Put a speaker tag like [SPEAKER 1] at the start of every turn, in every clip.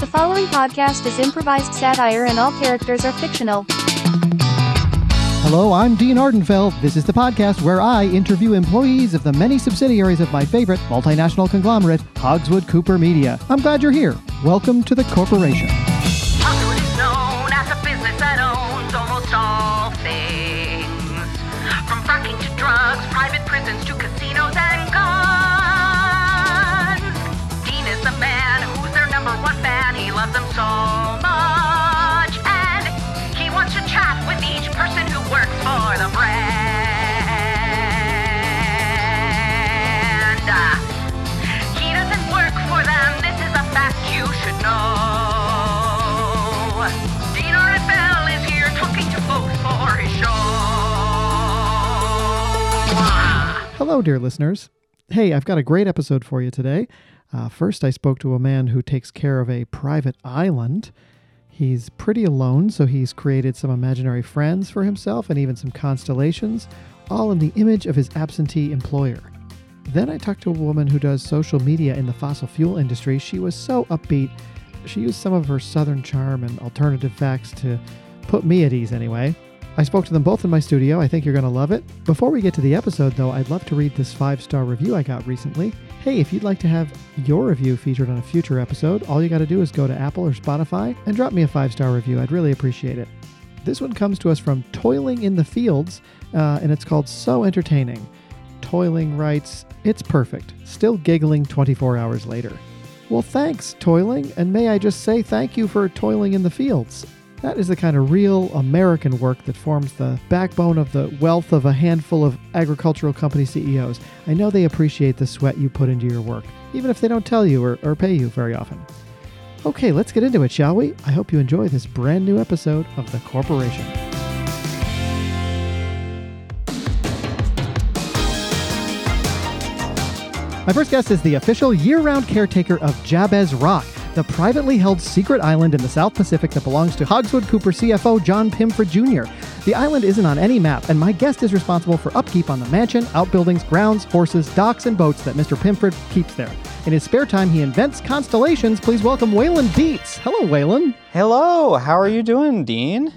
[SPEAKER 1] The following podcast is improvised satire and all characters are fictional.
[SPEAKER 2] Hello, I'm Dean Ardenfeld. This is the podcast where I interview employees of the many subsidiaries of my favorite multinational conglomerate, Hogswood Cooper Media. I'm glad you're here. Welcome to the corporation.
[SPEAKER 3] Hollywood is known as a business that owns almost all things. From fracking to drugs, private prisons to casinos and guns. Dean is the man who's their number one fan. He loves them so much. And he wants to chat with each person who works for the brand. He doesn't work for them. This is a fact you should know. Dean Arnfell is here talking to folks for his show.
[SPEAKER 2] Hello, dear listeners. Hey, I've got a great episode for you today. Uh, first, I spoke to a man who takes care of a private island. He's pretty alone, so he's created some imaginary friends for himself and even some constellations, all in the image of his absentee employer. Then I talked to a woman who does social media in the fossil fuel industry. She was so upbeat. She used some of her southern charm and alternative facts to put me at ease anyway. I spoke to them both in my studio. I think you're going to love it. Before we get to the episode, though, I'd love to read this five star review I got recently. Hey, if you'd like to have your review featured on a future episode, all you got to do is go to Apple or Spotify and drop me a five star review. I'd really appreciate it. This one comes to us from Toiling in the Fields, uh, and it's called So Entertaining. Toiling writes, It's perfect. Still giggling 24 hours later. Well, thanks, Toiling, and may I just say thank you for toiling in the fields. That is the kind of real American work that forms the backbone of the wealth of a handful of agricultural company CEOs. I know they appreciate the sweat you put into your work, even if they don't tell you or, or pay you very often. Okay, let's get into it, shall we? I hope you enjoy this brand new episode of The Corporation. My first guest is the official year round caretaker of Jabez Rock, the privately held secret island in the South Pacific that belongs to Hogswood Cooper CFO John Pimford Jr. The island isn't on any map, and my guest is responsible for upkeep on the mansion, outbuildings, grounds, horses, docks, and boats that Mr. Pimford keeps there. In his spare time, he invents constellations. Please welcome Waylon Dietz. Hello, Waylon.
[SPEAKER 4] Hello, how are you doing, Dean?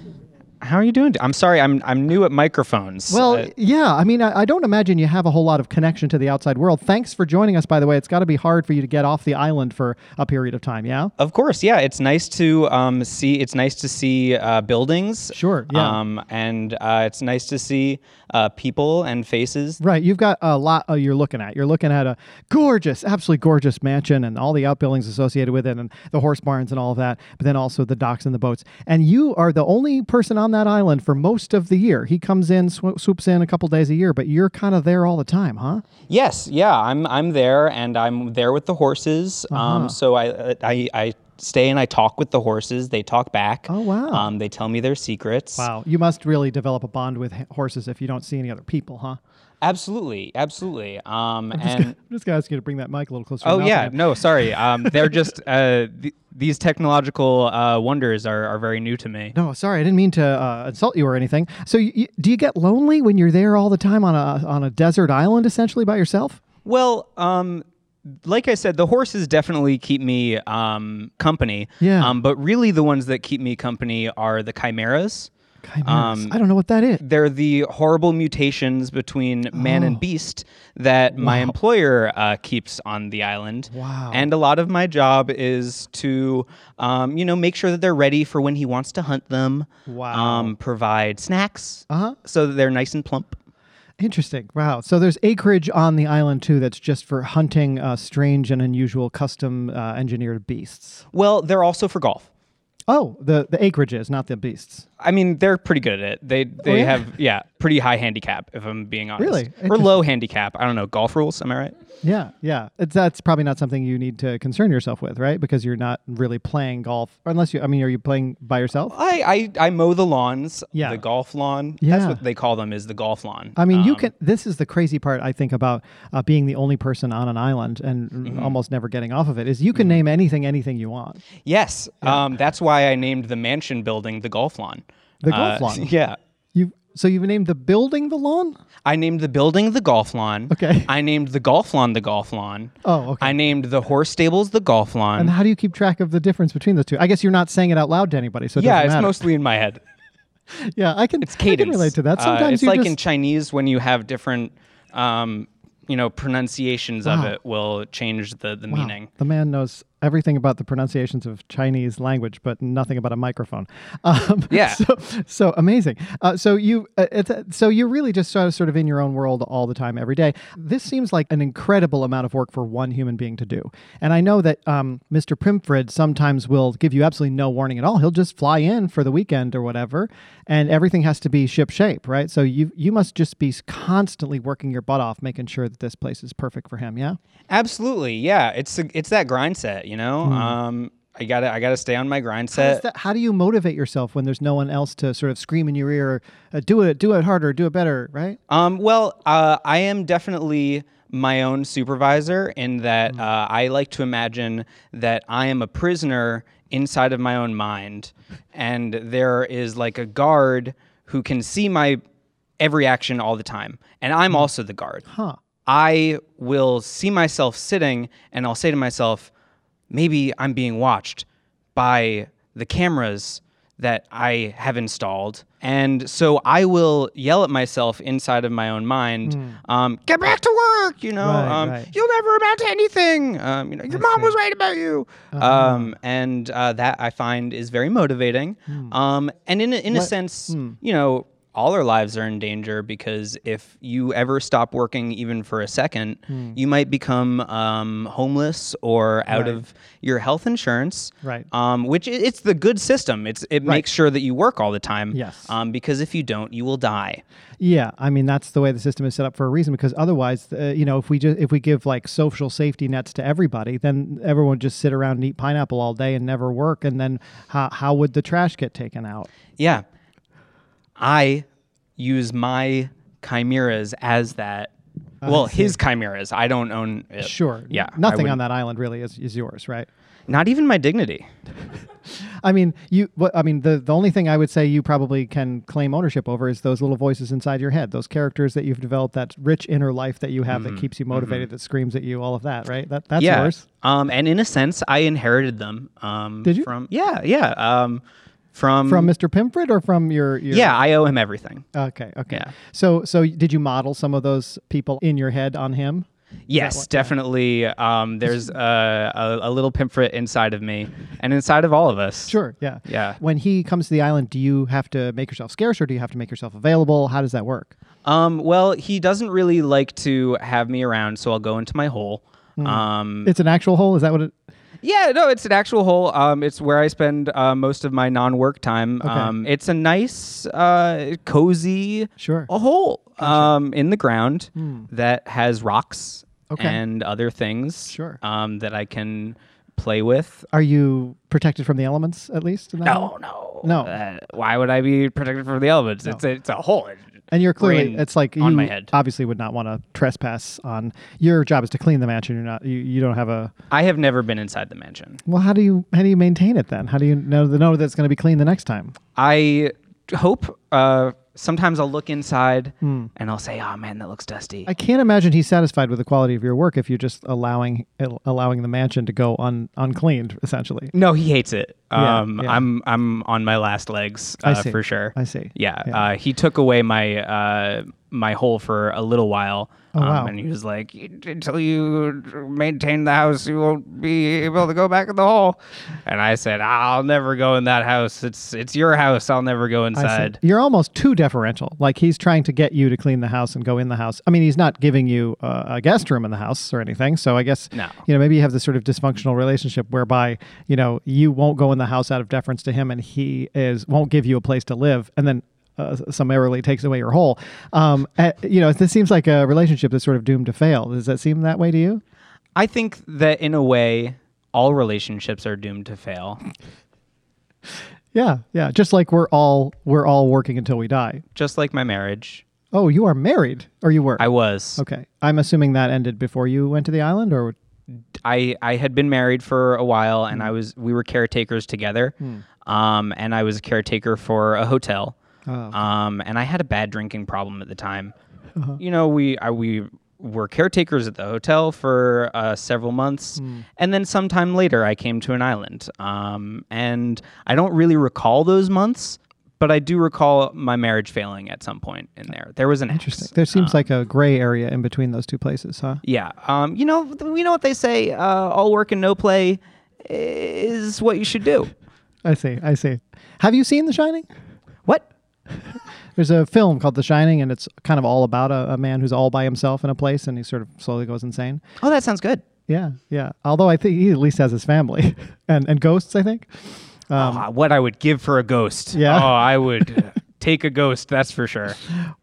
[SPEAKER 4] How are you doing? I'm sorry, I'm I'm new at microphones.
[SPEAKER 2] Well,
[SPEAKER 4] Uh,
[SPEAKER 2] yeah. I mean, I, I don't imagine you have a whole lot of connection to the outside world. Thanks for joining us, by the way. It's got to be hard for you to get off the island for a period of time. Yeah.
[SPEAKER 4] of course, yeah. It's nice to um, see. It's nice to see uh, buildings.
[SPEAKER 2] Sure, yeah.
[SPEAKER 4] Um, and uh, it's nice to see uh, people and faces.
[SPEAKER 2] Right. You've got a lot uh, you're looking at. You're looking at a gorgeous, absolutely gorgeous mansion and all the outbuildings associated with it and the horse barns and all of that, but then also the docks and the boats. And you are the only person on that island for most of the year. He comes in, swo- swoops in a couple days a year, but you're kind of there all the time, huh?
[SPEAKER 4] Yes, yeah. I'm I'm there, and I'm there with the horses.
[SPEAKER 2] Uh-huh.
[SPEAKER 4] Um, so I I. I Stay and I talk with the horses. They talk back.
[SPEAKER 2] Oh, wow.
[SPEAKER 4] Um, they tell me their secrets.
[SPEAKER 2] Wow. You must really develop a bond with h- horses if you don't see any other people, huh?
[SPEAKER 4] Absolutely, absolutely. Um, and
[SPEAKER 2] I'm just going to ask you to bring that mic a little closer. to your
[SPEAKER 4] Oh
[SPEAKER 2] mouth
[SPEAKER 4] yeah,
[SPEAKER 2] again.
[SPEAKER 4] no, sorry. Um, they're just uh, th- these technological uh, wonders are, are very new to me.
[SPEAKER 2] No, sorry, I didn't mean to uh, insult you or anything. So, y y- do you get lonely when you're there all the time on a on a desert island, essentially by yourself?
[SPEAKER 4] Well, um, like I said, the horses definitely keep me um, company.
[SPEAKER 2] Yeah.
[SPEAKER 4] Um, but really, the ones that keep me company are the chimeras.
[SPEAKER 2] Chimeras. I don't know what that is.
[SPEAKER 4] They're the horrible mutations between man
[SPEAKER 2] Oh.
[SPEAKER 4] and beast that my employer uh, keeps on the island.
[SPEAKER 2] Wow.
[SPEAKER 4] And a lot of my job is to, um, you know, make sure that they're ready for when he wants to hunt them.
[SPEAKER 2] Wow.
[SPEAKER 4] Um, provide snacks
[SPEAKER 2] Uh-huh.
[SPEAKER 4] so that they're nice and plump.
[SPEAKER 2] Interesting. Wow. So there's acreage on the island too that's just for hunting uh, strange and unusual custom uh, engineered beasts.
[SPEAKER 4] Well, they're also for golf.
[SPEAKER 2] Oh, the the acreage is not the beasts.
[SPEAKER 4] I mean, they're pretty good at it. They they
[SPEAKER 2] Oh, yeah?
[SPEAKER 4] have yeah, pretty high handicap if I'm being honest.
[SPEAKER 2] Really?
[SPEAKER 4] Or low handicap. I don't know. Golf rules, am I right?
[SPEAKER 2] Yeah, yeah. It's, that's probably not something you need to concern yourself with, right? Because you're not really playing golf, unless you. I mean, are you playing by yourself?
[SPEAKER 4] I, I, I mow the lawns.
[SPEAKER 2] Yeah.
[SPEAKER 4] The golf lawn.
[SPEAKER 2] Yeah.
[SPEAKER 4] That's what they call them is the golf lawn.
[SPEAKER 2] I mean, you
[SPEAKER 4] Um,
[SPEAKER 2] can. This is the crazy part I think about uh, being the only person on an island and almost never getting off of it is you can name anything, anything you want.
[SPEAKER 4] Yes. Um, that's why I named the mansion building the golf lawn.
[SPEAKER 2] The golf
[SPEAKER 4] Uh,
[SPEAKER 2] lawn.
[SPEAKER 4] Yeah.
[SPEAKER 2] You So you've named the building the lawn?
[SPEAKER 4] I named the building the golf lawn.
[SPEAKER 2] Okay.
[SPEAKER 4] I named the golf lawn the golf lawn.
[SPEAKER 2] Oh, okay.
[SPEAKER 4] I named the horse stables the golf lawn.
[SPEAKER 2] and how do you keep track of the difference between those two? I guess you're not saying it out loud to anybody, so it
[SPEAKER 4] yeah,
[SPEAKER 2] doesn't
[SPEAKER 4] it's
[SPEAKER 2] matter.
[SPEAKER 4] mostly in my head.
[SPEAKER 2] yeah, I can, it's I
[SPEAKER 4] Cadence.
[SPEAKER 2] can relate to that.
[SPEAKER 4] Uh,
[SPEAKER 2] Sometimes
[SPEAKER 4] it's
[SPEAKER 2] you
[SPEAKER 4] like
[SPEAKER 2] just,
[SPEAKER 4] in Chinese when you have different, um, you know, pronunciations of
[SPEAKER 2] Wow.
[SPEAKER 4] it will change the the
[SPEAKER 2] Wow,
[SPEAKER 4] meaning.
[SPEAKER 2] The man knows everything about the pronunciations of Chinese language, but nothing about a microphone. Um,
[SPEAKER 4] Yeah.
[SPEAKER 2] So, so amazing. Uh, so you, uh, it's, uh, so you're really just sort of, sort of in your own world all the time, every day. This seems like an incredible amount of work for one human being to do. And I know that um, Mr. Primfred sometimes will give you absolutely no warning at all. He'll just fly in for the weekend or whatever, and everything has to be ship shape, right? So you you must just be constantly working your butt off, making sure that this place is perfect for him. Yeah.
[SPEAKER 4] Absolutely, yeah. It's the- it's that grind set, you know. Um, I gotta I gotta stay on my grind
[SPEAKER 2] How's
[SPEAKER 4] set.
[SPEAKER 2] that- how do you motivate yourself when there's no one else to sort of scream in your ear, uh, do it, do it harder, do it better, right?
[SPEAKER 4] Um, well, uh, I am definitely my own supervisor in that uh, I like to imagine that I am a prisoner inside of my own mind, and there is like a guard who can see my every action all the time, and I'm also the guard.
[SPEAKER 2] Huh.
[SPEAKER 4] I will see myself sitting, and I'll say to myself, maybe I'm being watched by the cameras that I have installed. And so I will yell at myself inside of my own mind, um, get back to work, you know,
[SPEAKER 2] Hmm. Right,
[SPEAKER 4] um,
[SPEAKER 2] right.
[SPEAKER 4] you'll never amount to anything. Um, you know, your mom was
[SPEAKER 2] Uh-huh.
[SPEAKER 4] right about you. Um, and uh, that I find is very motivating.
[SPEAKER 2] Hmm.
[SPEAKER 4] Um, and in a, in a sense, you know, all our lives are in danger because if you ever stop working even for a second,
[SPEAKER 2] Hmm.
[SPEAKER 4] you might become um, homeless or out of your health insurance.
[SPEAKER 2] Right.
[SPEAKER 4] Um, which i- it's the good system. It's it makes sure that you work all the time.
[SPEAKER 2] Yes.
[SPEAKER 4] Um, because if you don't, you will die.
[SPEAKER 2] Yeah, I mean that's the way the system is set up for a reason. Because otherwise, uh, you know, if we just if we give like social safety nets to everybody, then everyone would just sit around and eat pineapple all day and never work, and then how how would the trash get taken out?
[SPEAKER 4] Yeah. I use my chimeras as that. well, his chimeras. I don't own it.
[SPEAKER 2] Sure.
[SPEAKER 4] Uh, Yeah. I
[SPEAKER 2] Nothing on
[SPEAKER 4] wouldn't-
[SPEAKER 2] that island really is, is yours, right?
[SPEAKER 4] Not even my dignity.
[SPEAKER 2] I mean, you. What I mean, the the only thing I would say you probably can claim ownership over is those little voices inside your head, those characters that you've developed, that rich inner life that you have that keeps you motivated, that screams at you, all of that, right? That that's
[SPEAKER 4] Mm-hmm. yeah.
[SPEAKER 2] yours.
[SPEAKER 4] Um, and in a sense, I inherited them. Um,
[SPEAKER 2] Did you?
[SPEAKER 4] From yeah, yeah. Um, from
[SPEAKER 2] From Mr. Pimfred or from your, your
[SPEAKER 4] yeah, I owe him everything.
[SPEAKER 2] Okay. Okay.
[SPEAKER 4] Yeah.
[SPEAKER 2] So so did you model some of those people in your head on him?
[SPEAKER 4] Yes, definitely. Um, there's a, a, a little pimfret inside of me, and inside of all of us.
[SPEAKER 2] Sure. Yeah.
[SPEAKER 4] Yeah.
[SPEAKER 2] When he comes to the island, do you have to make yourself scarce or do you have to make yourself available? How does that work?
[SPEAKER 4] Um, well, he doesn't really like to have me around, so I'll go into my hole.
[SPEAKER 2] Hmm.
[SPEAKER 4] Um,
[SPEAKER 2] It's an actual hole. Is that what it?
[SPEAKER 4] yeah, no, it's an actual hole. Um, it's where I spend uh, most of my non-work time. Um, it's a nice, uh, cozy,
[SPEAKER 2] Sure. Hmm.
[SPEAKER 4] a hole um, in the ground that has rocks
[SPEAKER 2] Okay.
[SPEAKER 4] and other things.
[SPEAKER 2] Sure.
[SPEAKER 4] Um, that I can play with.
[SPEAKER 2] Are you protected from the elements at least? in that hole?
[SPEAKER 4] No, no,
[SPEAKER 2] Oh, No.
[SPEAKER 4] Uh, why would I be protected from the elements? It's a, it's a hole.
[SPEAKER 2] And you're clearly
[SPEAKER 4] Rain
[SPEAKER 2] it's like you
[SPEAKER 4] on my head.
[SPEAKER 2] obviously would not want to trespass on your job is to clean the mansion. You're not you, you don't have a
[SPEAKER 4] I have never been inside the mansion.
[SPEAKER 2] well how do you how do you maintain it then? How do you know the know that it's gonna be clean the next time?
[SPEAKER 4] I hope. Uh, sometimes I'll look inside and I'll say, "Oh man, that looks dusty."
[SPEAKER 2] Hmm. I can't imagine he's satisfied with the quality of your work if you're just allowing allowing the mansion to go un, uncleaned essentially.
[SPEAKER 4] no, he hates it.
[SPEAKER 2] Yeah,
[SPEAKER 4] Um,
[SPEAKER 2] yeah.
[SPEAKER 4] I'm I'm on my last legs
[SPEAKER 2] I
[SPEAKER 4] uh,
[SPEAKER 2] see.
[SPEAKER 4] for sure.
[SPEAKER 2] I see.
[SPEAKER 4] Yeah,
[SPEAKER 2] Yeah.
[SPEAKER 4] Uh, he took away my uh, my hole for a little while, um,
[SPEAKER 2] Oh, wow.
[SPEAKER 4] and he was like, "Until you maintain the house, you won't be able to go back in the hole." And I said, "I'll never go in that house. It's it's your house. I'll never go
[SPEAKER 2] I see.
[SPEAKER 4] inside."
[SPEAKER 2] You're almost too deferential. Like he's trying to get you to clean the house and go in the house. I mean, he's not giving you uh, a guest room in the house or anything. So I guess
[SPEAKER 4] No.
[SPEAKER 2] you know maybe you have this sort of dysfunctional relationship whereby you know you won't go in the house out of deference to him, and he is won't give you a place to live, and then. Uh, summarily takes away your whole. Um, uh, you know, this seems like a relationship that's sort of doomed to fail. Does that seem that way to you?
[SPEAKER 4] I think that in a way, all relationships are doomed to fail.
[SPEAKER 2] Yeah, yeah. Just like we're all we're all working until we die.
[SPEAKER 4] Just like my marriage,
[SPEAKER 2] Oh, you are married, or you were?
[SPEAKER 4] I was.
[SPEAKER 2] okay. I'm assuming that ended before you went to the island, or
[SPEAKER 4] I I had been married for a while, and I was we were caretakers together, um, and I was a caretaker for a hotel. um, and I had a bad drinking problem at the time. You know, we I, we were caretakers at the hotel for uh, several months, and then sometime later I came to an island. Um, and I don't really recall those months, but I do recall my marriage failing at some point in there. There was an
[SPEAKER 2] Interesting.
[SPEAKER 4] interesting.
[SPEAKER 2] There seems like a gray area in between those two places, huh?
[SPEAKER 4] Yeah. Um, you know, th- you know what they say: uh, all work and no play is what you should do.
[SPEAKER 2] I see. I see. Have you seen The Shining?
[SPEAKER 4] What?
[SPEAKER 2] There's a film called The Shining, and it's kind of all about a, a man who's all by himself in a place, and he sort of slowly goes insane.
[SPEAKER 4] Oh, that sounds good.
[SPEAKER 2] Yeah, yeah. Although I think he at least has his family and and ghosts. I think.
[SPEAKER 4] oh, what I would give for a ghost.
[SPEAKER 2] Yeah.
[SPEAKER 4] Oh, I would take a ghost. That's for sure.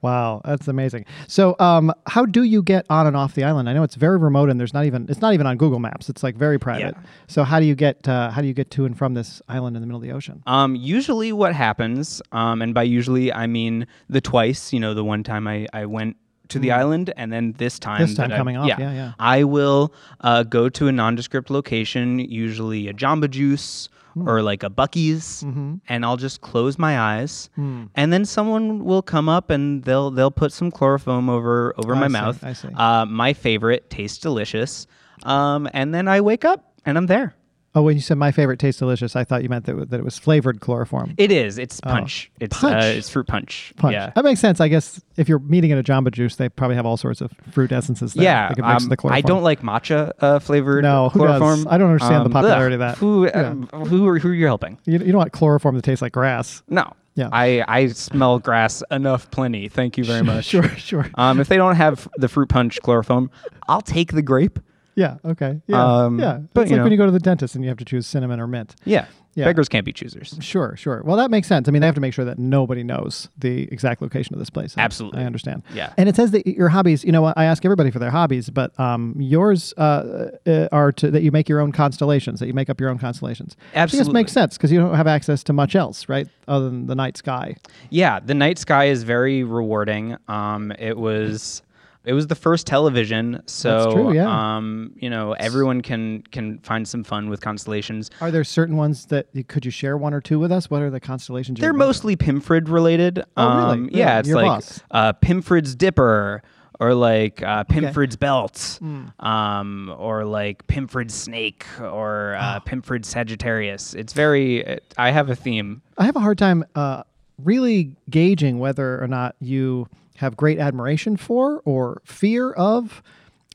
[SPEAKER 2] Wow, that's amazing. So, um, how do you get on and off the island? I know it's very remote, and there's not even it's not even on Google Maps. It's like very private.
[SPEAKER 4] Yeah.
[SPEAKER 2] So, how do you get uh, how do you get to and from this island in the middle of the ocean?
[SPEAKER 4] Um, usually, what happens, um, and by usually I mean the twice. You know, the one time I, I went to the island, and then this time.
[SPEAKER 2] Mm. This time
[SPEAKER 4] that I-
[SPEAKER 2] coming off, yeah, yeah.
[SPEAKER 4] I will uh, go to a nondescript location, usually a Jamba Juice
[SPEAKER 2] Hmm.
[SPEAKER 4] or like a Bucky's,
[SPEAKER 2] Mm-hmm.
[SPEAKER 4] and I'll just close my eyes,
[SPEAKER 2] Hmm.
[SPEAKER 4] and then someone will come up and they'll they'll put some chloroform over over my
[SPEAKER 2] see,
[SPEAKER 4] mouth.
[SPEAKER 2] Oh, I see.
[SPEAKER 4] Uh, my favorite tastes delicious, um, and then I wake up and I'm there.
[SPEAKER 2] Oh, when you said my favorite tastes delicious, I thought you meant that, it- that it was flavored chloroform.
[SPEAKER 4] It is. It's punch. It's
[SPEAKER 2] Oh. Punch.
[SPEAKER 4] Uh, it's fruit punch.
[SPEAKER 2] Punch.
[SPEAKER 4] Yeah.
[SPEAKER 2] That makes sense. I guess if you're meeting at a Jamba Juice, they probably have all sorts of fruit essences. There.
[SPEAKER 4] Yeah,
[SPEAKER 2] They could mix
[SPEAKER 4] um,
[SPEAKER 2] the
[SPEAKER 4] I
[SPEAKER 2] chloroform.
[SPEAKER 4] don't like matcha uh, flavored
[SPEAKER 2] No, who does?
[SPEAKER 4] chloroform.
[SPEAKER 2] I don't understand the
[SPEAKER 4] ugh,
[SPEAKER 2] popularity of that.
[SPEAKER 4] Who, um, who, are, who are you helping?
[SPEAKER 2] You, you don't want chloroform that tastes like grass.
[SPEAKER 4] No.
[SPEAKER 2] Yeah.
[SPEAKER 4] I, I smell grass enough, plenty. Thank you very much.
[SPEAKER 2] Sure, sure.
[SPEAKER 4] Um, if they don't have the fruit punch chloroform, I'll take the grape.
[SPEAKER 2] Yeah. Okay. Yeah.
[SPEAKER 4] Um,
[SPEAKER 2] yeah.
[SPEAKER 4] but,
[SPEAKER 2] it's
[SPEAKER 4] you
[SPEAKER 2] like when
[SPEAKER 4] know.
[SPEAKER 2] you go to the dentist and you have to choose cinnamon or mint.
[SPEAKER 4] Yeah.
[SPEAKER 2] Yeah.
[SPEAKER 4] Beggars can't be choosers.
[SPEAKER 2] Sure. Sure. Well, that makes sense. I mean, they have to make sure that nobody knows the exact location of this place. I-
[SPEAKER 4] Absolutely.
[SPEAKER 2] I understand.
[SPEAKER 4] Yeah.
[SPEAKER 2] And it says that your hobbies. You know, I ask everybody for their hobbies, but um, yours uh, uh, are to, that you make your own constellations. That you make up your own constellations. I think this
[SPEAKER 4] Absolutely.
[SPEAKER 2] makes sense because you don't have access to much else, right? Other than the night sky.
[SPEAKER 4] Yeah, the night sky is very rewarding. Um, it was it was the first television, so
[SPEAKER 2] true, yeah.
[SPEAKER 4] um, you know everyone can can find some fun with constellations.
[SPEAKER 2] Are there certain ones that you, could you share one or two with us? What are the constellations? you
[SPEAKER 4] They're
[SPEAKER 2] remember?
[SPEAKER 4] mostly Pimfred related.
[SPEAKER 2] Oh, really?
[SPEAKER 4] Um,
[SPEAKER 2] Yeah,
[SPEAKER 4] yeah, it's
[SPEAKER 2] your
[SPEAKER 4] like
[SPEAKER 2] boss.
[SPEAKER 4] Uh, Pimfred's Dipper or like uh, Pimfred's Belt
[SPEAKER 2] Mm.
[SPEAKER 4] um, or like Pimfred's Snake or
[SPEAKER 2] Oh.
[SPEAKER 4] uh, Pimfred's Sagittarius. It's very, it, I have a theme.
[SPEAKER 2] I have a hard time uh, really gauging whether or not you have great admiration for or fear of.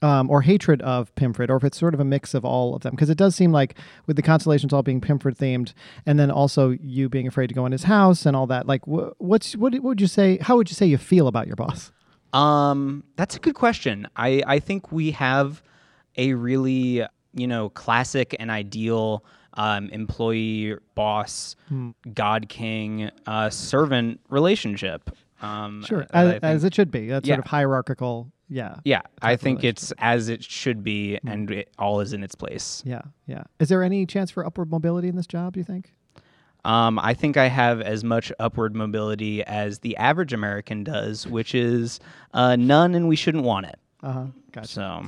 [SPEAKER 2] Um, or hatred of Pimfred, or if it's sort of a mix of all of them, because it does seem like with the constellations all being Pimfred themed, and then also you being afraid to go in his house and all that. Like, wh- what's what, what would you say? How would you say you feel about your boss?
[SPEAKER 4] Um, that's a good question. I, I think we have a really, you know, classic and ideal um, employee, boss,
[SPEAKER 2] Hmm.
[SPEAKER 4] God king, uh, servant relationship. Um,
[SPEAKER 2] Sure,
[SPEAKER 4] that I
[SPEAKER 2] as,
[SPEAKER 4] think-
[SPEAKER 2] as it should be. That sort
[SPEAKER 4] Yeah.
[SPEAKER 2] of hierarchical. Yeah,
[SPEAKER 4] Yeah, I think it's as it should be, and it all is in its place.
[SPEAKER 2] Hmm. yeah, yeah. Is there any chance for upward mobility in this job? Do you think?
[SPEAKER 4] Um, I think I have as much upward mobility as the average American does, which is uh, none, and we shouldn't want it.
[SPEAKER 2] Uh huh. Gotcha.
[SPEAKER 4] So,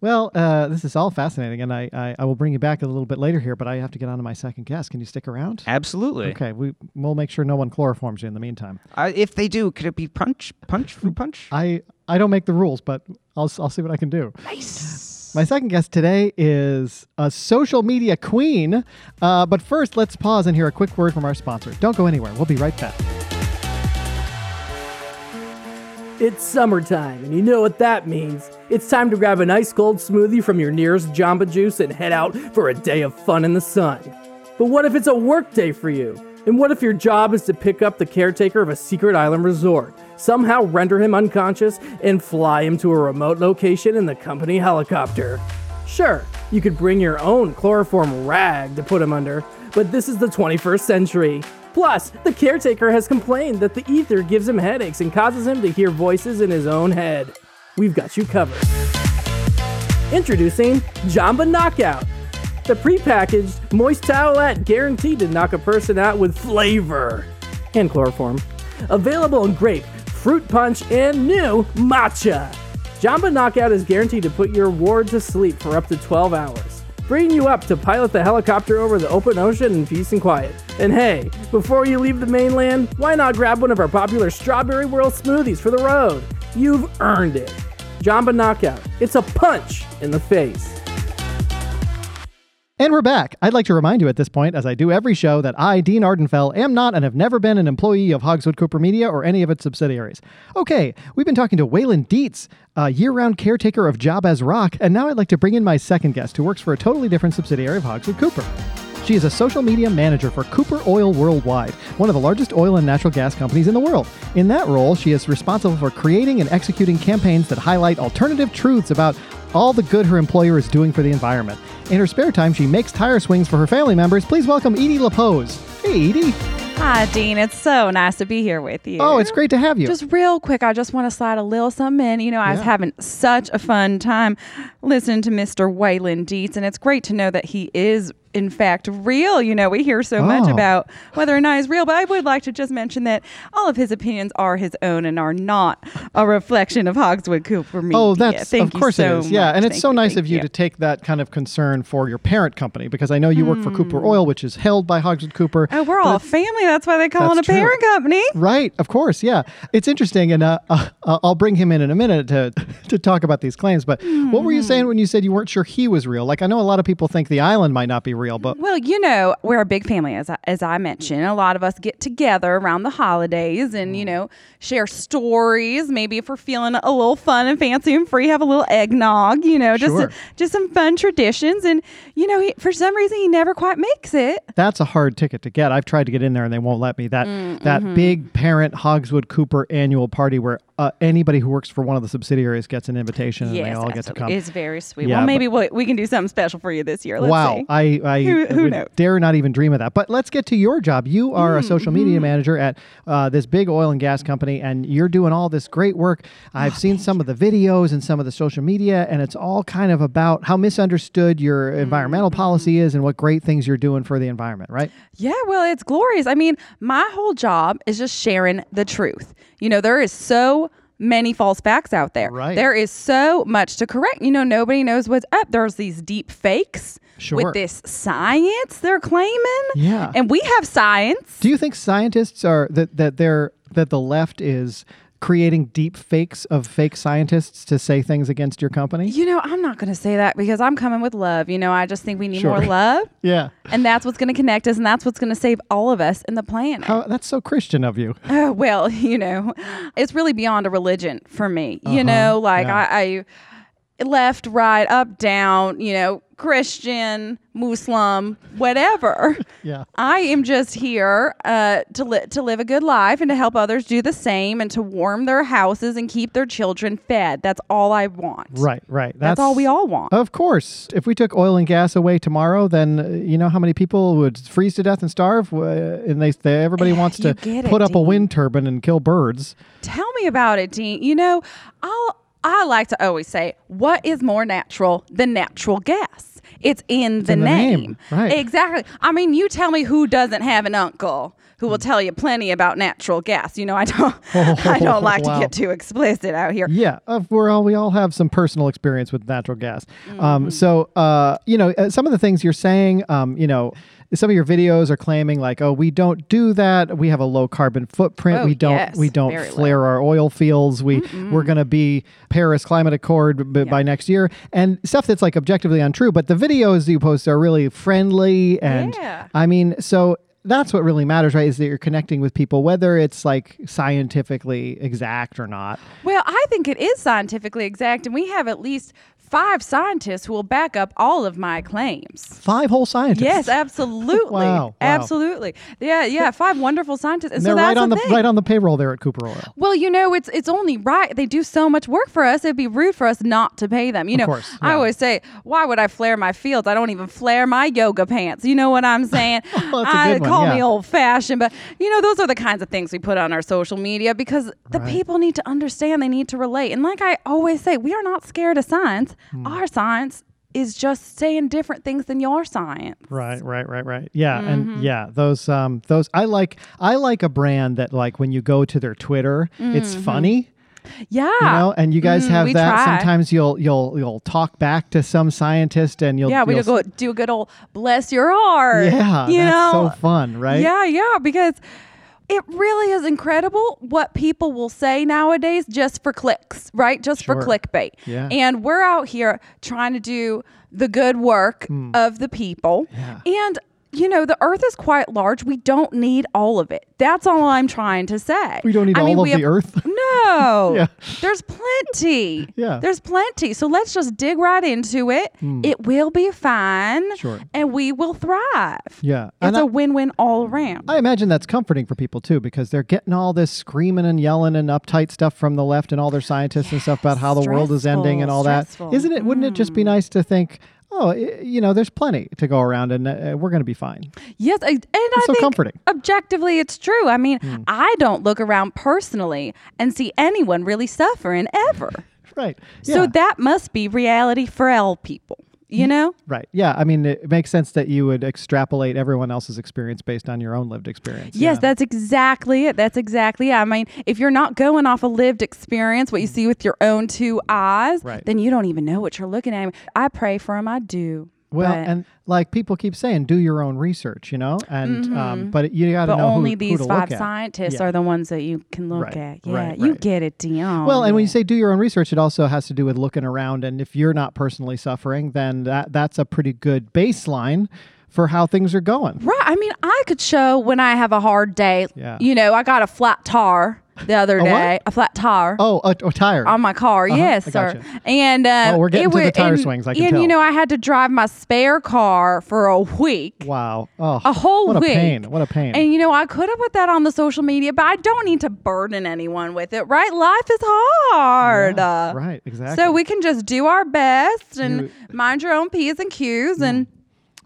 [SPEAKER 2] Well, uh, this is all fascinating, and I, I, I will bring you back a little bit later here, but I have to get on to my second guest. Can you stick around?
[SPEAKER 4] absolutely.
[SPEAKER 2] Okay, we, we'll make sure no one chloroforms you in the meantime.
[SPEAKER 4] I, if they do, could it be punch, punch, fruit punch?
[SPEAKER 2] I, I don't make the rules, but I'll, s- I'll see what I can do.
[SPEAKER 4] Nice.
[SPEAKER 2] My second guest today is a social media queen, uh, but first, let's pause and hear a quick word from our sponsor. Don't go anywhere, we'll be right back.
[SPEAKER 5] It's summertime, and you know what that means. It's time to grab an ice cold smoothie from your nearest Jamba Juice and head out for a day of fun in the sun. But what if it's a work day for you? And what if your job is to pick up the caretaker of a secret island resort, somehow render him unconscious, and fly him to a remote location in the company helicopter? Sure, you could bring your own chloroform rag to put him under, but this is the 21st century. Plus, the caretaker has complained that the ether gives him headaches and causes him to hear voices in his own head. We've got you covered. Introducing Jamba Knockout, the prepackaged moist towelette guaranteed to knock a person out with flavor and chloroform. Available in grape, fruit punch, and new matcha. Jamba Knockout is guaranteed to put your ward to sleep for up to 12 hours. bringing you up to pilot the helicopter over the open ocean in peace and quiet. And hey, before you leave the mainland, why not grab one of our popular Strawberry World smoothies for the road? You've earned it. Jamba Knockout. It's a punch in the face.
[SPEAKER 2] And we're back. I'd like to remind you at this point, as I do every show, that I, Dean Ardenfell, am not and have never been an employee of Hogswood Cooper Media or any of its subsidiaries. Okay, we've been talking to Waylon Dietz, a year round caretaker of Job as Rock, and now I'd like to bring in my second guest, who works for a totally different subsidiary of Hogswood Cooper. She is a social media manager for Cooper Oil Worldwide, one of the largest oil and natural gas companies in the world. In that role, she is responsible for creating and executing campaigns that highlight alternative truths about all the good her employer is doing for the environment. In her spare time, she makes tire swings for her family members. Please welcome Edie LaPose. Hey, Edie.
[SPEAKER 6] Hi, Dean. It's so nice to be here with you.
[SPEAKER 2] Oh, it's great to have you.
[SPEAKER 6] Just real quick, I just want to slide a little something in. You know, I was
[SPEAKER 2] Yeah.
[SPEAKER 6] having such a fun time listening to Mr. Waylon Dietz, and it's great to know that he is, in fact, real. You know, we hear so much
[SPEAKER 2] Oh.
[SPEAKER 6] about whether or not he's real, but I would like to just mention that all of his opinions are his own and are not a reflection of Hogswood Cooper Media.
[SPEAKER 2] Oh, that's
[SPEAKER 6] Thank
[SPEAKER 2] of
[SPEAKER 6] you
[SPEAKER 2] course
[SPEAKER 6] so
[SPEAKER 2] it is. Yeah,
[SPEAKER 6] much.
[SPEAKER 2] and it's
[SPEAKER 6] Thank
[SPEAKER 2] so nice
[SPEAKER 6] thank
[SPEAKER 2] of you, to take that kind of concern for your parent company because I know you work for Cooper Oil, which is held by Hogswood Cooper.
[SPEAKER 6] Hmm. Oh, we're all a family. That's why they call it a
[SPEAKER 2] That's true.
[SPEAKER 6] parent company.
[SPEAKER 2] Right, of course, yeah. It's interesting, and uh, uh, I'll bring him in in a minute to to talk about these claims. But what were you
[SPEAKER 6] Hmm.
[SPEAKER 2] saying when you said you weren't sure he was real? Like I know a lot of people think the island might not be real, but
[SPEAKER 6] Well, you know, we're a big family, as I, as I mentioned. A lot of us get together around the holidays and,
[SPEAKER 2] Mm.
[SPEAKER 6] you know, share stories. Maybe if we're feeling a little fun and fancy and free, have a little eggnog, you know, just, uh,
[SPEAKER 2] Sure.
[SPEAKER 6] just some fun traditions. And, you know, he, for some reason, he never quite makes it.
[SPEAKER 2] that's a hard ticket to get. I've tried to get in there and they won't let me. That
[SPEAKER 6] Mm, mm-hmm.
[SPEAKER 2] that big parent Hogswood Cooper annual party where uh, anybody who works for one of the subsidiaries gets an invitation and they all get to
[SPEAKER 6] absolutely.
[SPEAKER 2] come.
[SPEAKER 6] It's very sweet.
[SPEAKER 2] Yeah,
[SPEAKER 6] well,
[SPEAKER 2] but-
[SPEAKER 6] maybe we'll, we can do something special for you this year. Let's
[SPEAKER 2] wow,
[SPEAKER 6] see.
[SPEAKER 2] I, I
[SPEAKER 6] Who- who
[SPEAKER 2] would
[SPEAKER 6] knows? Mm,
[SPEAKER 2] dare not even dream of that. But let's get to your job. You are a social media
[SPEAKER 6] mm-hmm.
[SPEAKER 2] manager at uh, this big oil and gas company, and you're doing all this great work. I've
[SPEAKER 6] Oh,
[SPEAKER 2] seen some of the videos and some of the social media, and it's all kind of about how misunderstood your
[SPEAKER 6] Mm-hmm,
[SPEAKER 2] environmental policy is and what great things you're doing for the environment, right?
[SPEAKER 6] Yeah, well, it's glorious. I mean, my whole job is just sharing the truth. You know, there is so many false facts out there.
[SPEAKER 2] Right.
[SPEAKER 6] There is so much to correct. You know, nobody knows what's up. There's these deep fakes
[SPEAKER 2] Sure.
[SPEAKER 6] with this science they're claiming.
[SPEAKER 2] Yeah.
[SPEAKER 6] And we have science.
[SPEAKER 2] Do you think scientists are that that they're that the left is creating deep fakes of fake scientists to say things against your company?
[SPEAKER 6] You know, I'm not going to say that because I'm coming with love. You know, I just think we need
[SPEAKER 2] Sure.
[SPEAKER 6] more love.
[SPEAKER 2] Yeah.
[SPEAKER 6] And that's what's going to connect us and that's what's going to save all of us and the planet.
[SPEAKER 2] How, that's so Christian of you.
[SPEAKER 6] Oh, well, you know, it's really beyond a religion for me. You know, like
[SPEAKER 2] Uh-huh. yeah.
[SPEAKER 6] I, I left, right, up, down, you know, Christian, Muslim, whatever.
[SPEAKER 2] Yeah.
[SPEAKER 6] I am just here uh, to li- to live a good life and to help others do the same and to warm their houses and keep their children fed. That's all I want.
[SPEAKER 2] Right, right.
[SPEAKER 6] That's, all we all want.
[SPEAKER 2] Of course. If we took oil and gas away tomorrow, then uh, you know how many people would freeze to death and starve? Uh, and they, they everybody wants
[SPEAKER 6] Eh, You
[SPEAKER 2] to
[SPEAKER 6] get it,
[SPEAKER 2] put up a
[SPEAKER 6] Dean.
[SPEAKER 2] wind turbine and kill birds.
[SPEAKER 6] Tell me about it, Dean. You know, I'll, I like to always say, what is more natural than natural gas? It's in the,
[SPEAKER 2] in the name,
[SPEAKER 6] name.
[SPEAKER 2] right.
[SPEAKER 6] Exactly. I mean, you tell me who doesn't have an uncle who
[SPEAKER 2] Mm.
[SPEAKER 6] will tell you plenty about natural gas. You know, I don't I don't like
[SPEAKER 2] Oh, wow.
[SPEAKER 6] to get too explicit out here.
[SPEAKER 2] Yeah, of we're all we all have some personal experience with natural gas.
[SPEAKER 6] Mm-hmm.
[SPEAKER 2] Um, so uh, you know uh, some of the things you're saying. Um, you know, some of your videos are claiming like, oh, we don't do that. We have a low carbon footprint.
[SPEAKER 6] Oh,
[SPEAKER 2] we don't
[SPEAKER 6] yes,
[SPEAKER 2] we don't
[SPEAKER 6] very low.
[SPEAKER 2] flare our oil fields. We we're going to be Paris Climate Accord b- by next year and stuff that's like objectively untrue. But the videos you post are really friendly and
[SPEAKER 6] Yeah.
[SPEAKER 2] I mean, so that's what really matters, right? Is that you're connecting with people, whether it's like scientifically exact or not.
[SPEAKER 6] Well, I think it is scientifically exact, and we have at least five scientists who will back up all of my claims.
[SPEAKER 2] Five whole scientists.
[SPEAKER 6] Yes, absolutely.
[SPEAKER 2] Wow, wow.
[SPEAKER 6] Absolutely. Yeah, yeah. Five wonderful scientists. And
[SPEAKER 2] And
[SPEAKER 6] so
[SPEAKER 2] they're
[SPEAKER 6] that's
[SPEAKER 2] right on the
[SPEAKER 6] thing.
[SPEAKER 2] right on the payroll there at Cooper Oil.
[SPEAKER 6] Well, you know, it's it's only right. They do so much work for us. It'd be rude for us not to pay them. You know,
[SPEAKER 2] course,
[SPEAKER 6] I
[SPEAKER 2] yeah.
[SPEAKER 6] always say, why would I flare my fields? I don't even flare my yoga pants. You know what I'm saying?
[SPEAKER 2] Well, Oh, that's a
[SPEAKER 6] I
[SPEAKER 2] good one,
[SPEAKER 6] call
[SPEAKER 2] yeah.
[SPEAKER 6] me old fashioned, but you know, those are the kinds of things we put on our social media because the
[SPEAKER 2] Right.
[SPEAKER 6] people need to understand. They need to relate. And like I always say, we are not scared of science.
[SPEAKER 2] Hmm.
[SPEAKER 6] Our science is just saying different things than your science.
[SPEAKER 2] Right, right, right, right. Yeah,
[SPEAKER 6] Mm-hmm.
[SPEAKER 2] and yeah, those um those I like I like a brand that like when you go to their Twitter, it's funny.
[SPEAKER 6] Mm-hmm. Yeah.
[SPEAKER 2] you know and you guys
[SPEAKER 6] Mm,
[SPEAKER 2] have
[SPEAKER 6] we
[SPEAKER 2] that
[SPEAKER 6] try.
[SPEAKER 2] sometimes you'll you'll you'll talk back to some scientist and you'll
[SPEAKER 6] yeah, we
[SPEAKER 2] you'll
[SPEAKER 6] do go do a good old bless your heart.
[SPEAKER 2] yeah
[SPEAKER 6] you
[SPEAKER 2] that's
[SPEAKER 6] know,
[SPEAKER 2] so fun right
[SPEAKER 6] Yeah, yeah, because it really is incredible what people will say nowadays just for clicks, right? Just
[SPEAKER 2] Sure.
[SPEAKER 6] for clickbait.
[SPEAKER 2] Yeah.
[SPEAKER 6] And we're out here trying to do the good work
[SPEAKER 2] Hmm.
[SPEAKER 6] of the people. And you know, the earth is quite large. We don't need all of it. That's all I'm trying to say.
[SPEAKER 2] We don't need
[SPEAKER 6] I mean,
[SPEAKER 2] all of
[SPEAKER 6] we
[SPEAKER 2] the
[SPEAKER 6] have-
[SPEAKER 2] earth.
[SPEAKER 6] No.
[SPEAKER 2] Yeah.
[SPEAKER 6] There's plenty.
[SPEAKER 2] Yeah. Hmm.
[SPEAKER 6] There's plenty. So let's just dig right into it. It will be fine.
[SPEAKER 2] Sure.
[SPEAKER 6] And we will thrive.
[SPEAKER 2] Yeah. And
[SPEAKER 6] It's
[SPEAKER 2] I-
[SPEAKER 6] a win win all around.
[SPEAKER 2] I imagine that's comforting for people too, because they're getting all this screaming and yelling and uptight stuff from the left and all their scientists and stuff about how the world is ending and all
[SPEAKER 6] stressful, Hmm.
[SPEAKER 2] that. Isn't it? Wouldn't it just be nice to think, oh, i you know, there's plenty to go around and uh, we're going to be fine.
[SPEAKER 6] yes, I, and I
[SPEAKER 2] so
[SPEAKER 6] think
[SPEAKER 2] comforting. Hmm.
[SPEAKER 6] objectively it's true. I mean, I don't look around personally and see anyone really suffering ever.
[SPEAKER 2] Right.
[SPEAKER 6] So
[SPEAKER 2] Yeah. Mm.
[SPEAKER 6] that must be reality for all people, you know?
[SPEAKER 2] Right. Yeah. I mean, it makes sense that you would extrapolate everyone else's experience based on your own lived experience.
[SPEAKER 6] Yes,
[SPEAKER 2] Yeah.
[SPEAKER 6] that's exactly it. That's exactly it. I mean, if you're not going off a lived experience, what you see with your own two eyes,
[SPEAKER 2] Mm. Right.
[SPEAKER 6] then you don't even know what you're looking at. I pray for him, I do.
[SPEAKER 2] Well,
[SPEAKER 6] but-
[SPEAKER 2] and like people keep saying, do your own research, you know, and um, but you got to
[SPEAKER 6] Mm-hmm. but
[SPEAKER 2] know who-
[SPEAKER 6] only
[SPEAKER 2] who,
[SPEAKER 6] these
[SPEAKER 2] to
[SPEAKER 6] five
[SPEAKER 2] look at.
[SPEAKER 6] scientists
[SPEAKER 2] Yeah.
[SPEAKER 6] are the ones that you can look
[SPEAKER 2] Right,
[SPEAKER 6] at. Yeah,
[SPEAKER 2] right,
[SPEAKER 6] you
[SPEAKER 2] right.
[SPEAKER 6] get it, Dion.
[SPEAKER 2] Well, and when
[SPEAKER 6] yeah.
[SPEAKER 2] you say do your own research, it also has to do with looking around. And if you're not personally suffering, then that that's a pretty good baseline for how things are going.
[SPEAKER 6] Right. I mean, I could show when I have a hard day.
[SPEAKER 2] Yeah.
[SPEAKER 6] You know, I got a flat tire the other
[SPEAKER 2] what?
[SPEAKER 6] day, a flat tire
[SPEAKER 2] Oh, a, a tire.
[SPEAKER 6] on my car. Yes,
[SPEAKER 2] I
[SPEAKER 6] sir.
[SPEAKER 2] gotcha.
[SPEAKER 6] And uh,
[SPEAKER 2] Oh, we're getting
[SPEAKER 6] it
[SPEAKER 2] to the
[SPEAKER 6] wa-
[SPEAKER 2] tire
[SPEAKER 6] and-
[SPEAKER 2] swings, I can
[SPEAKER 6] and
[SPEAKER 2] tell.
[SPEAKER 6] you know, I had to drive my spare car for a week.
[SPEAKER 2] wow. Oh,
[SPEAKER 6] A whole
[SPEAKER 2] what
[SPEAKER 6] week.
[SPEAKER 2] a pain. What a pain.
[SPEAKER 6] And you know, I could have put that on the social media, but I don't need to burden anyone with it, right? Life is hard.
[SPEAKER 2] Yeah,
[SPEAKER 6] Uh,
[SPEAKER 2] right. Exactly.
[SPEAKER 6] So we can just do our best and
[SPEAKER 2] You-
[SPEAKER 6] mind your own P's and Q's
[SPEAKER 2] Mm.
[SPEAKER 6] and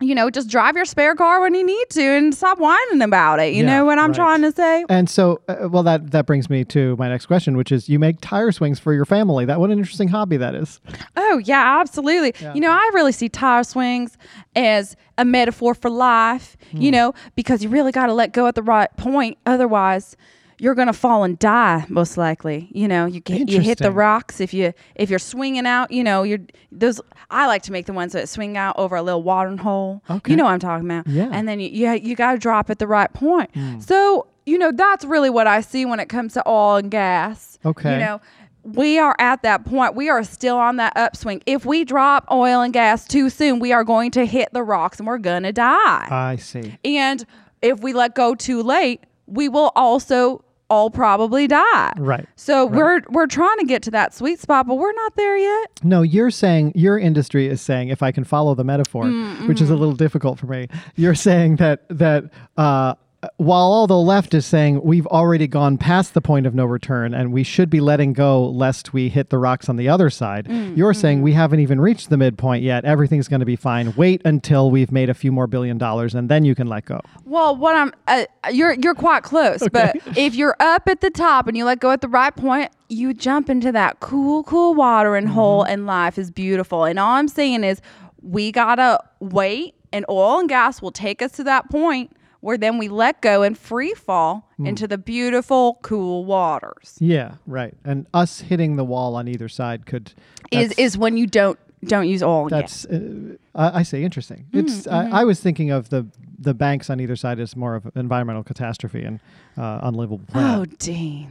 [SPEAKER 6] you know, just drive your spare car when you need to and stop whining about it. You
[SPEAKER 2] Yeah,
[SPEAKER 6] know what I'm
[SPEAKER 2] right.
[SPEAKER 6] trying to say?
[SPEAKER 2] And so, uh, well, that that brings me to my next question, which is: you make tire swings for your family. That what an interesting hobby that is.
[SPEAKER 6] Oh, yeah, absolutely. You know, I really see tire swings as a metaphor for life,
[SPEAKER 2] Hmm.
[SPEAKER 6] you know, because you really got to let go at the right point. Otherwise, you're going to fall and die most likely. You know, you get, you hit the
[SPEAKER 2] Interesting.
[SPEAKER 6] rocks if you if you're swinging out, you know, you're those I like to make the ones that swing out over a little watering hole.
[SPEAKER 2] Okay.
[SPEAKER 6] You know what I'm talking about.
[SPEAKER 2] Yeah. Hmm.
[SPEAKER 6] And then you you, you got to drop at the right point. So, you know, that's really what I see when it comes to oil and gas.
[SPEAKER 2] Okay.
[SPEAKER 6] You know, we are at that point. We are still on that upswing. If we drop oil and gas too soon, we are going to hit the rocks and we're going to die.
[SPEAKER 2] I see.
[SPEAKER 6] and if we let go too late, we will also all probably die.
[SPEAKER 2] Right.
[SPEAKER 6] So we're we're trying to get to that sweet spot, but we're not there yet.
[SPEAKER 2] No, you're saying your industry is saying, if I can follow the metaphor, which is a little difficult for me, you're saying that that uh, while all the left is saying we've already gone past the point of no return and we should be letting go lest we hit the rocks on the other side, you're saying we haven't even reached the midpoint yet. Everything's going to be fine. Wait until we've made a few more billion dollars and then you can let go.
[SPEAKER 6] Well, what I'm uh, you're you're quite close, but if you're up at the top and you let go at the right point, you jump into that cool, cool watering
[SPEAKER 2] Mm-hmm.
[SPEAKER 6] hole, and life is beautiful. And all I'm saying is, we gotta wait, and oil and gas will take us to that point where then we let go and free fall
[SPEAKER 2] Mm.
[SPEAKER 6] into the beautiful, cool waters.
[SPEAKER 2] Yeah, right. And us hitting the wall on either side could
[SPEAKER 6] Is
[SPEAKER 2] that's-
[SPEAKER 6] is when you don't don't use oil and gas.
[SPEAKER 2] That's uh, I I say interesting.
[SPEAKER 6] Mm-hmm,
[SPEAKER 2] It's I, I was thinking of the the banks on either side as more of an environmental catastrophe and uh, unlivable
[SPEAKER 6] Oh,
[SPEAKER 2] planet.
[SPEAKER 6] Dean.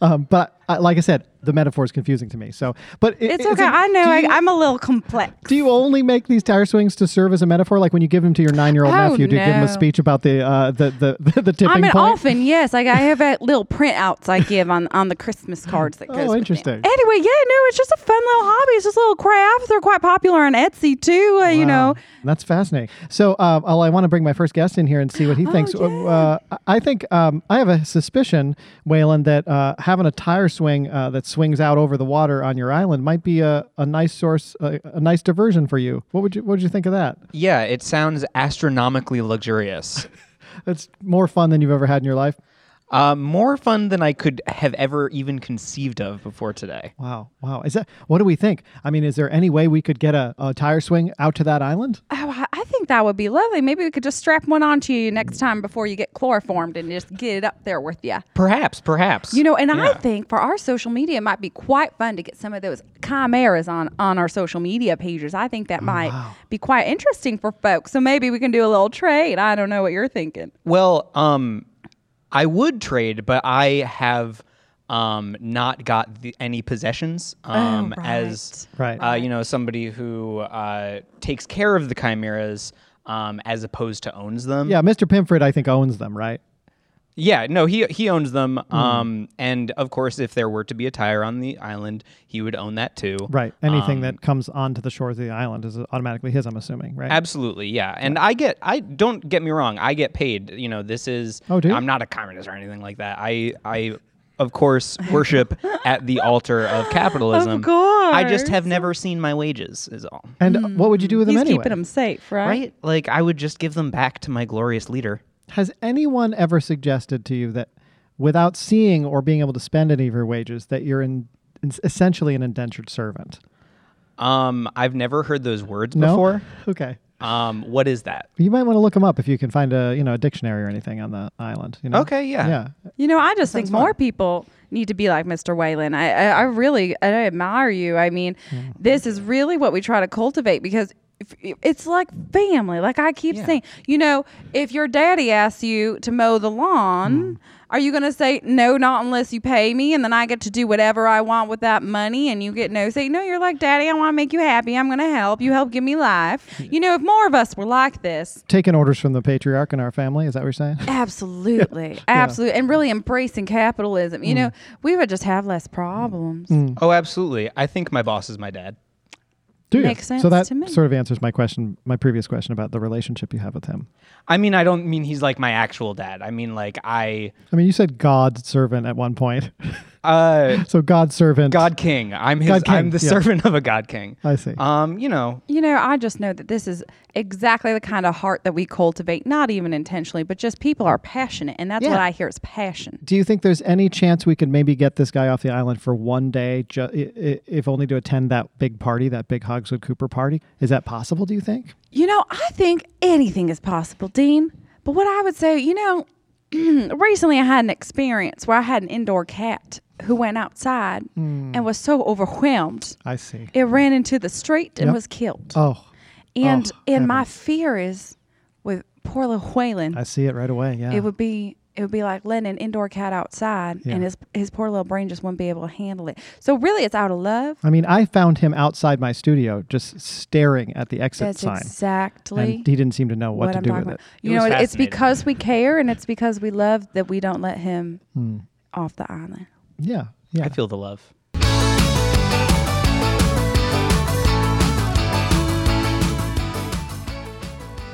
[SPEAKER 2] Um, but I, like I said, the metaphor is confusing to me. So, but it-
[SPEAKER 6] It's
[SPEAKER 2] is
[SPEAKER 6] okay.
[SPEAKER 2] it-
[SPEAKER 6] I know.
[SPEAKER 2] Do
[SPEAKER 6] I,
[SPEAKER 2] you,
[SPEAKER 6] I'm a little complex.
[SPEAKER 2] do you only make these tire swings to serve as a metaphor? Like when you give them to your nine year old
[SPEAKER 6] Oh,
[SPEAKER 2] nephew, do you give him a
[SPEAKER 6] no.
[SPEAKER 2] speech about the uh, the, the, the tipping
[SPEAKER 6] I mean,
[SPEAKER 2] point?
[SPEAKER 6] often yes. Like I have uh, little printouts I give on on the Christmas cards that goes. with them.
[SPEAKER 2] Oh, interesting.
[SPEAKER 6] Anyway, yeah, no, it's just a fun little hobby. It's just little crafts. They're quite popular on Etsy too. Uh, You
[SPEAKER 2] Wow.
[SPEAKER 6] know,
[SPEAKER 2] Um, that's fascinating. So, um, well, I want to bring my first guest in here and see what
[SPEAKER 6] Oh,
[SPEAKER 2] he thinks. Uh, Uh, I think um, I have a suspicion, Waylon, that uh, having a tire swing uh, that swings out over the water on your island might be a, a nice source, a, a nice diversion for you. What would you What would you think of that?
[SPEAKER 4] Yeah, it sounds astronomically luxurious.
[SPEAKER 2] That's more fun than you've ever had in your life.
[SPEAKER 4] uh, more fun than I could have ever even conceived of before today.
[SPEAKER 2] Wow, wow. Is that what do we think? I mean, is there any way we could get a, a tire swing out to that island?
[SPEAKER 6] oh, I, I think think that would be lovely. Maybe we could just strap one onto you next time before you get chloroformed and just get it up there with you.
[SPEAKER 4] Perhaps, perhaps.
[SPEAKER 6] You know, and I
[SPEAKER 4] Yeah.
[SPEAKER 6] think for our social media, it might be quite fun to get some of those chimeras on on our social media pages. I think
[SPEAKER 2] Oh,
[SPEAKER 6] that might be quite interesting for folks. So maybe we can do a little trade. I don't know what you're thinking.
[SPEAKER 4] Well, um, I would trade, but I have um not got the, any possessions um as
[SPEAKER 2] right.
[SPEAKER 4] uh, you know somebody who uh, takes care of the chimeras um as opposed to owns them
[SPEAKER 2] Yeah, Mr. Pimford, I think owns them, right?
[SPEAKER 4] Yeah, no, he he owns them. Um, and of course, if there were to be a tire on the island, he would own that too. Um,
[SPEAKER 2] Right. Anything that comes onto the shores of the island is automatically his. I'm assuming, right?
[SPEAKER 4] Absolutely, yeah. And I get I don't get me wrong, I get paid. You know, this is
[SPEAKER 2] Oh, do you?
[SPEAKER 4] I'm not a communist or anything like that. I I of course worship at the altar of capitalism. I just have never seen my wages is all.
[SPEAKER 2] and uh, what would you do with them
[SPEAKER 6] Mm. He's
[SPEAKER 2] anyway?
[SPEAKER 6] keeping them safe, right?
[SPEAKER 4] Right? Like I would just give them back to my glorious leader.
[SPEAKER 2] Has anyone ever suggested to you that, without seeing or being able to spend any of your wages, that you're in, it's essentially an indentured servant?
[SPEAKER 4] Um, I've never heard those words
[SPEAKER 2] No.
[SPEAKER 4] before.
[SPEAKER 2] Okay.
[SPEAKER 4] Um, what is that?
[SPEAKER 2] You might want to look them up if you can find a you know a dictionary or anything on the island. You know.
[SPEAKER 4] Okay, yeah.
[SPEAKER 2] Yeah.
[SPEAKER 6] You know, I just think
[SPEAKER 2] sounds
[SPEAKER 6] more
[SPEAKER 2] fun.
[SPEAKER 6] people need to be like Mr. Whalen. I, I, I really, I admire you. I mean, this is really what we try to cultivate because if- it's like family. Like I keep saying, you know, if your daddy asks you to mow the lawn, are you going to say no, not unless you pay me, and then I get to do whatever I want with that money, and you get no say? No, you're like, daddy, I want to make you happy. I'm going to help. You help give me life. You know, if more of us were like this,
[SPEAKER 2] Taking orders from the patriarch in our family. Is that what you're saying?
[SPEAKER 6] Absolutely. Absolutely. And really embracing capitalism. You know, we would just have less problems.
[SPEAKER 4] Oh, absolutely. I think my boss is my dad.
[SPEAKER 2] Do you?
[SPEAKER 6] Makes sense
[SPEAKER 2] so that
[SPEAKER 6] to me.
[SPEAKER 2] sort of answers my question, my previous question about the relationship you have with him.
[SPEAKER 4] I mean, I don't mean he's like my actual dad. I mean, like I,
[SPEAKER 2] I mean, you said God's servant at one point.
[SPEAKER 4] uh,
[SPEAKER 2] so God's servant.
[SPEAKER 4] God King. I'm his.
[SPEAKER 2] God king,
[SPEAKER 4] I'm the
[SPEAKER 2] yeah.
[SPEAKER 4] servant of a God King.
[SPEAKER 2] I see.
[SPEAKER 4] Um, you know,
[SPEAKER 6] You know, I just know that this is exactly the kind of heart that we cultivate, not even intentionally, but just people are passionate. And that's
[SPEAKER 4] Yeah.
[SPEAKER 6] what I hear is passion.
[SPEAKER 2] Do you think there's any chance we could maybe get this guy off the island for one day, ju- i- i- if only to attend that big party, that big Hogswood Cooper party? Is that possible? Do you think?
[SPEAKER 6] You know, I think anything is possible, Dean. But what I would say, you know, recently I had an experience where I had an indoor cat who went outside and was so overwhelmed.
[SPEAKER 2] I see.
[SPEAKER 6] It ran into the street and
[SPEAKER 2] Yep.
[SPEAKER 6] was killed.
[SPEAKER 2] Oh,
[SPEAKER 6] And
[SPEAKER 2] Oh,
[SPEAKER 6] and my fear is with poor little Whalen,
[SPEAKER 2] I see it right away. Yeah.
[SPEAKER 6] it would be it would be like letting an indoor cat outside,
[SPEAKER 2] Yeah.
[SPEAKER 6] and his his poor little brain just wouldn't be able to handle it. So really, it's out of love.
[SPEAKER 2] I mean, I found him outside my studio, just staring at the exit
[SPEAKER 6] That's
[SPEAKER 2] sign, and
[SPEAKER 6] exactly
[SPEAKER 2] he didn't seem to know what, to
[SPEAKER 6] I'm
[SPEAKER 2] do
[SPEAKER 6] talking
[SPEAKER 2] with
[SPEAKER 6] about.
[SPEAKER 2] it.
[SPEAKER 6] You
[SPEAKER 4] It was
[SPEAKER 6] know, it's
[SPEAKER 4] fascinating.
[SPEAKER 6] because we care, and it's because we love that we don't let him
[SPEAKER 2] Hmm.
[SPEAKER 6] off the island.
[SPEAKER 2] Yeah. Yeah.
[SPEAKER 4] I feel the love.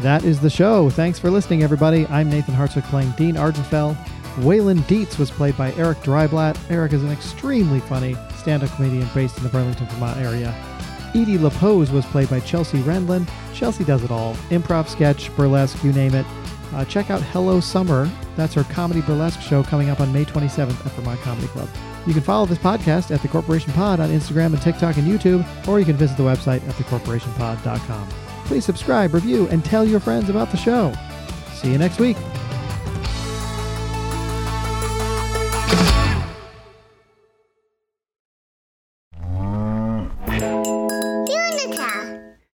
[SPEAKER 2] That is the show. Thanks for listening, everybody. I'm Nathan Hartsook playing Dean Ardenfell. Waylon Dietz was played by Eric Dryblatt. Eric is an extremely funny stand up comedian based in the Burlington, Vermont area. Edie LaPose was played by Chelsea Rendlin. Chelsea does it all improv, sketch, burlesque, you name it. Uh, check out Hello Summer. That's her comedy burlesque show coming up on May 27th at Vermont Comedy Club. You can follow this podcast at The Corporation Pod on Instagram and TikTok and YouTube, or you can visit the website at thecorporationpod.com. Please subscribe, review, and tell your friends about the show. See you next week.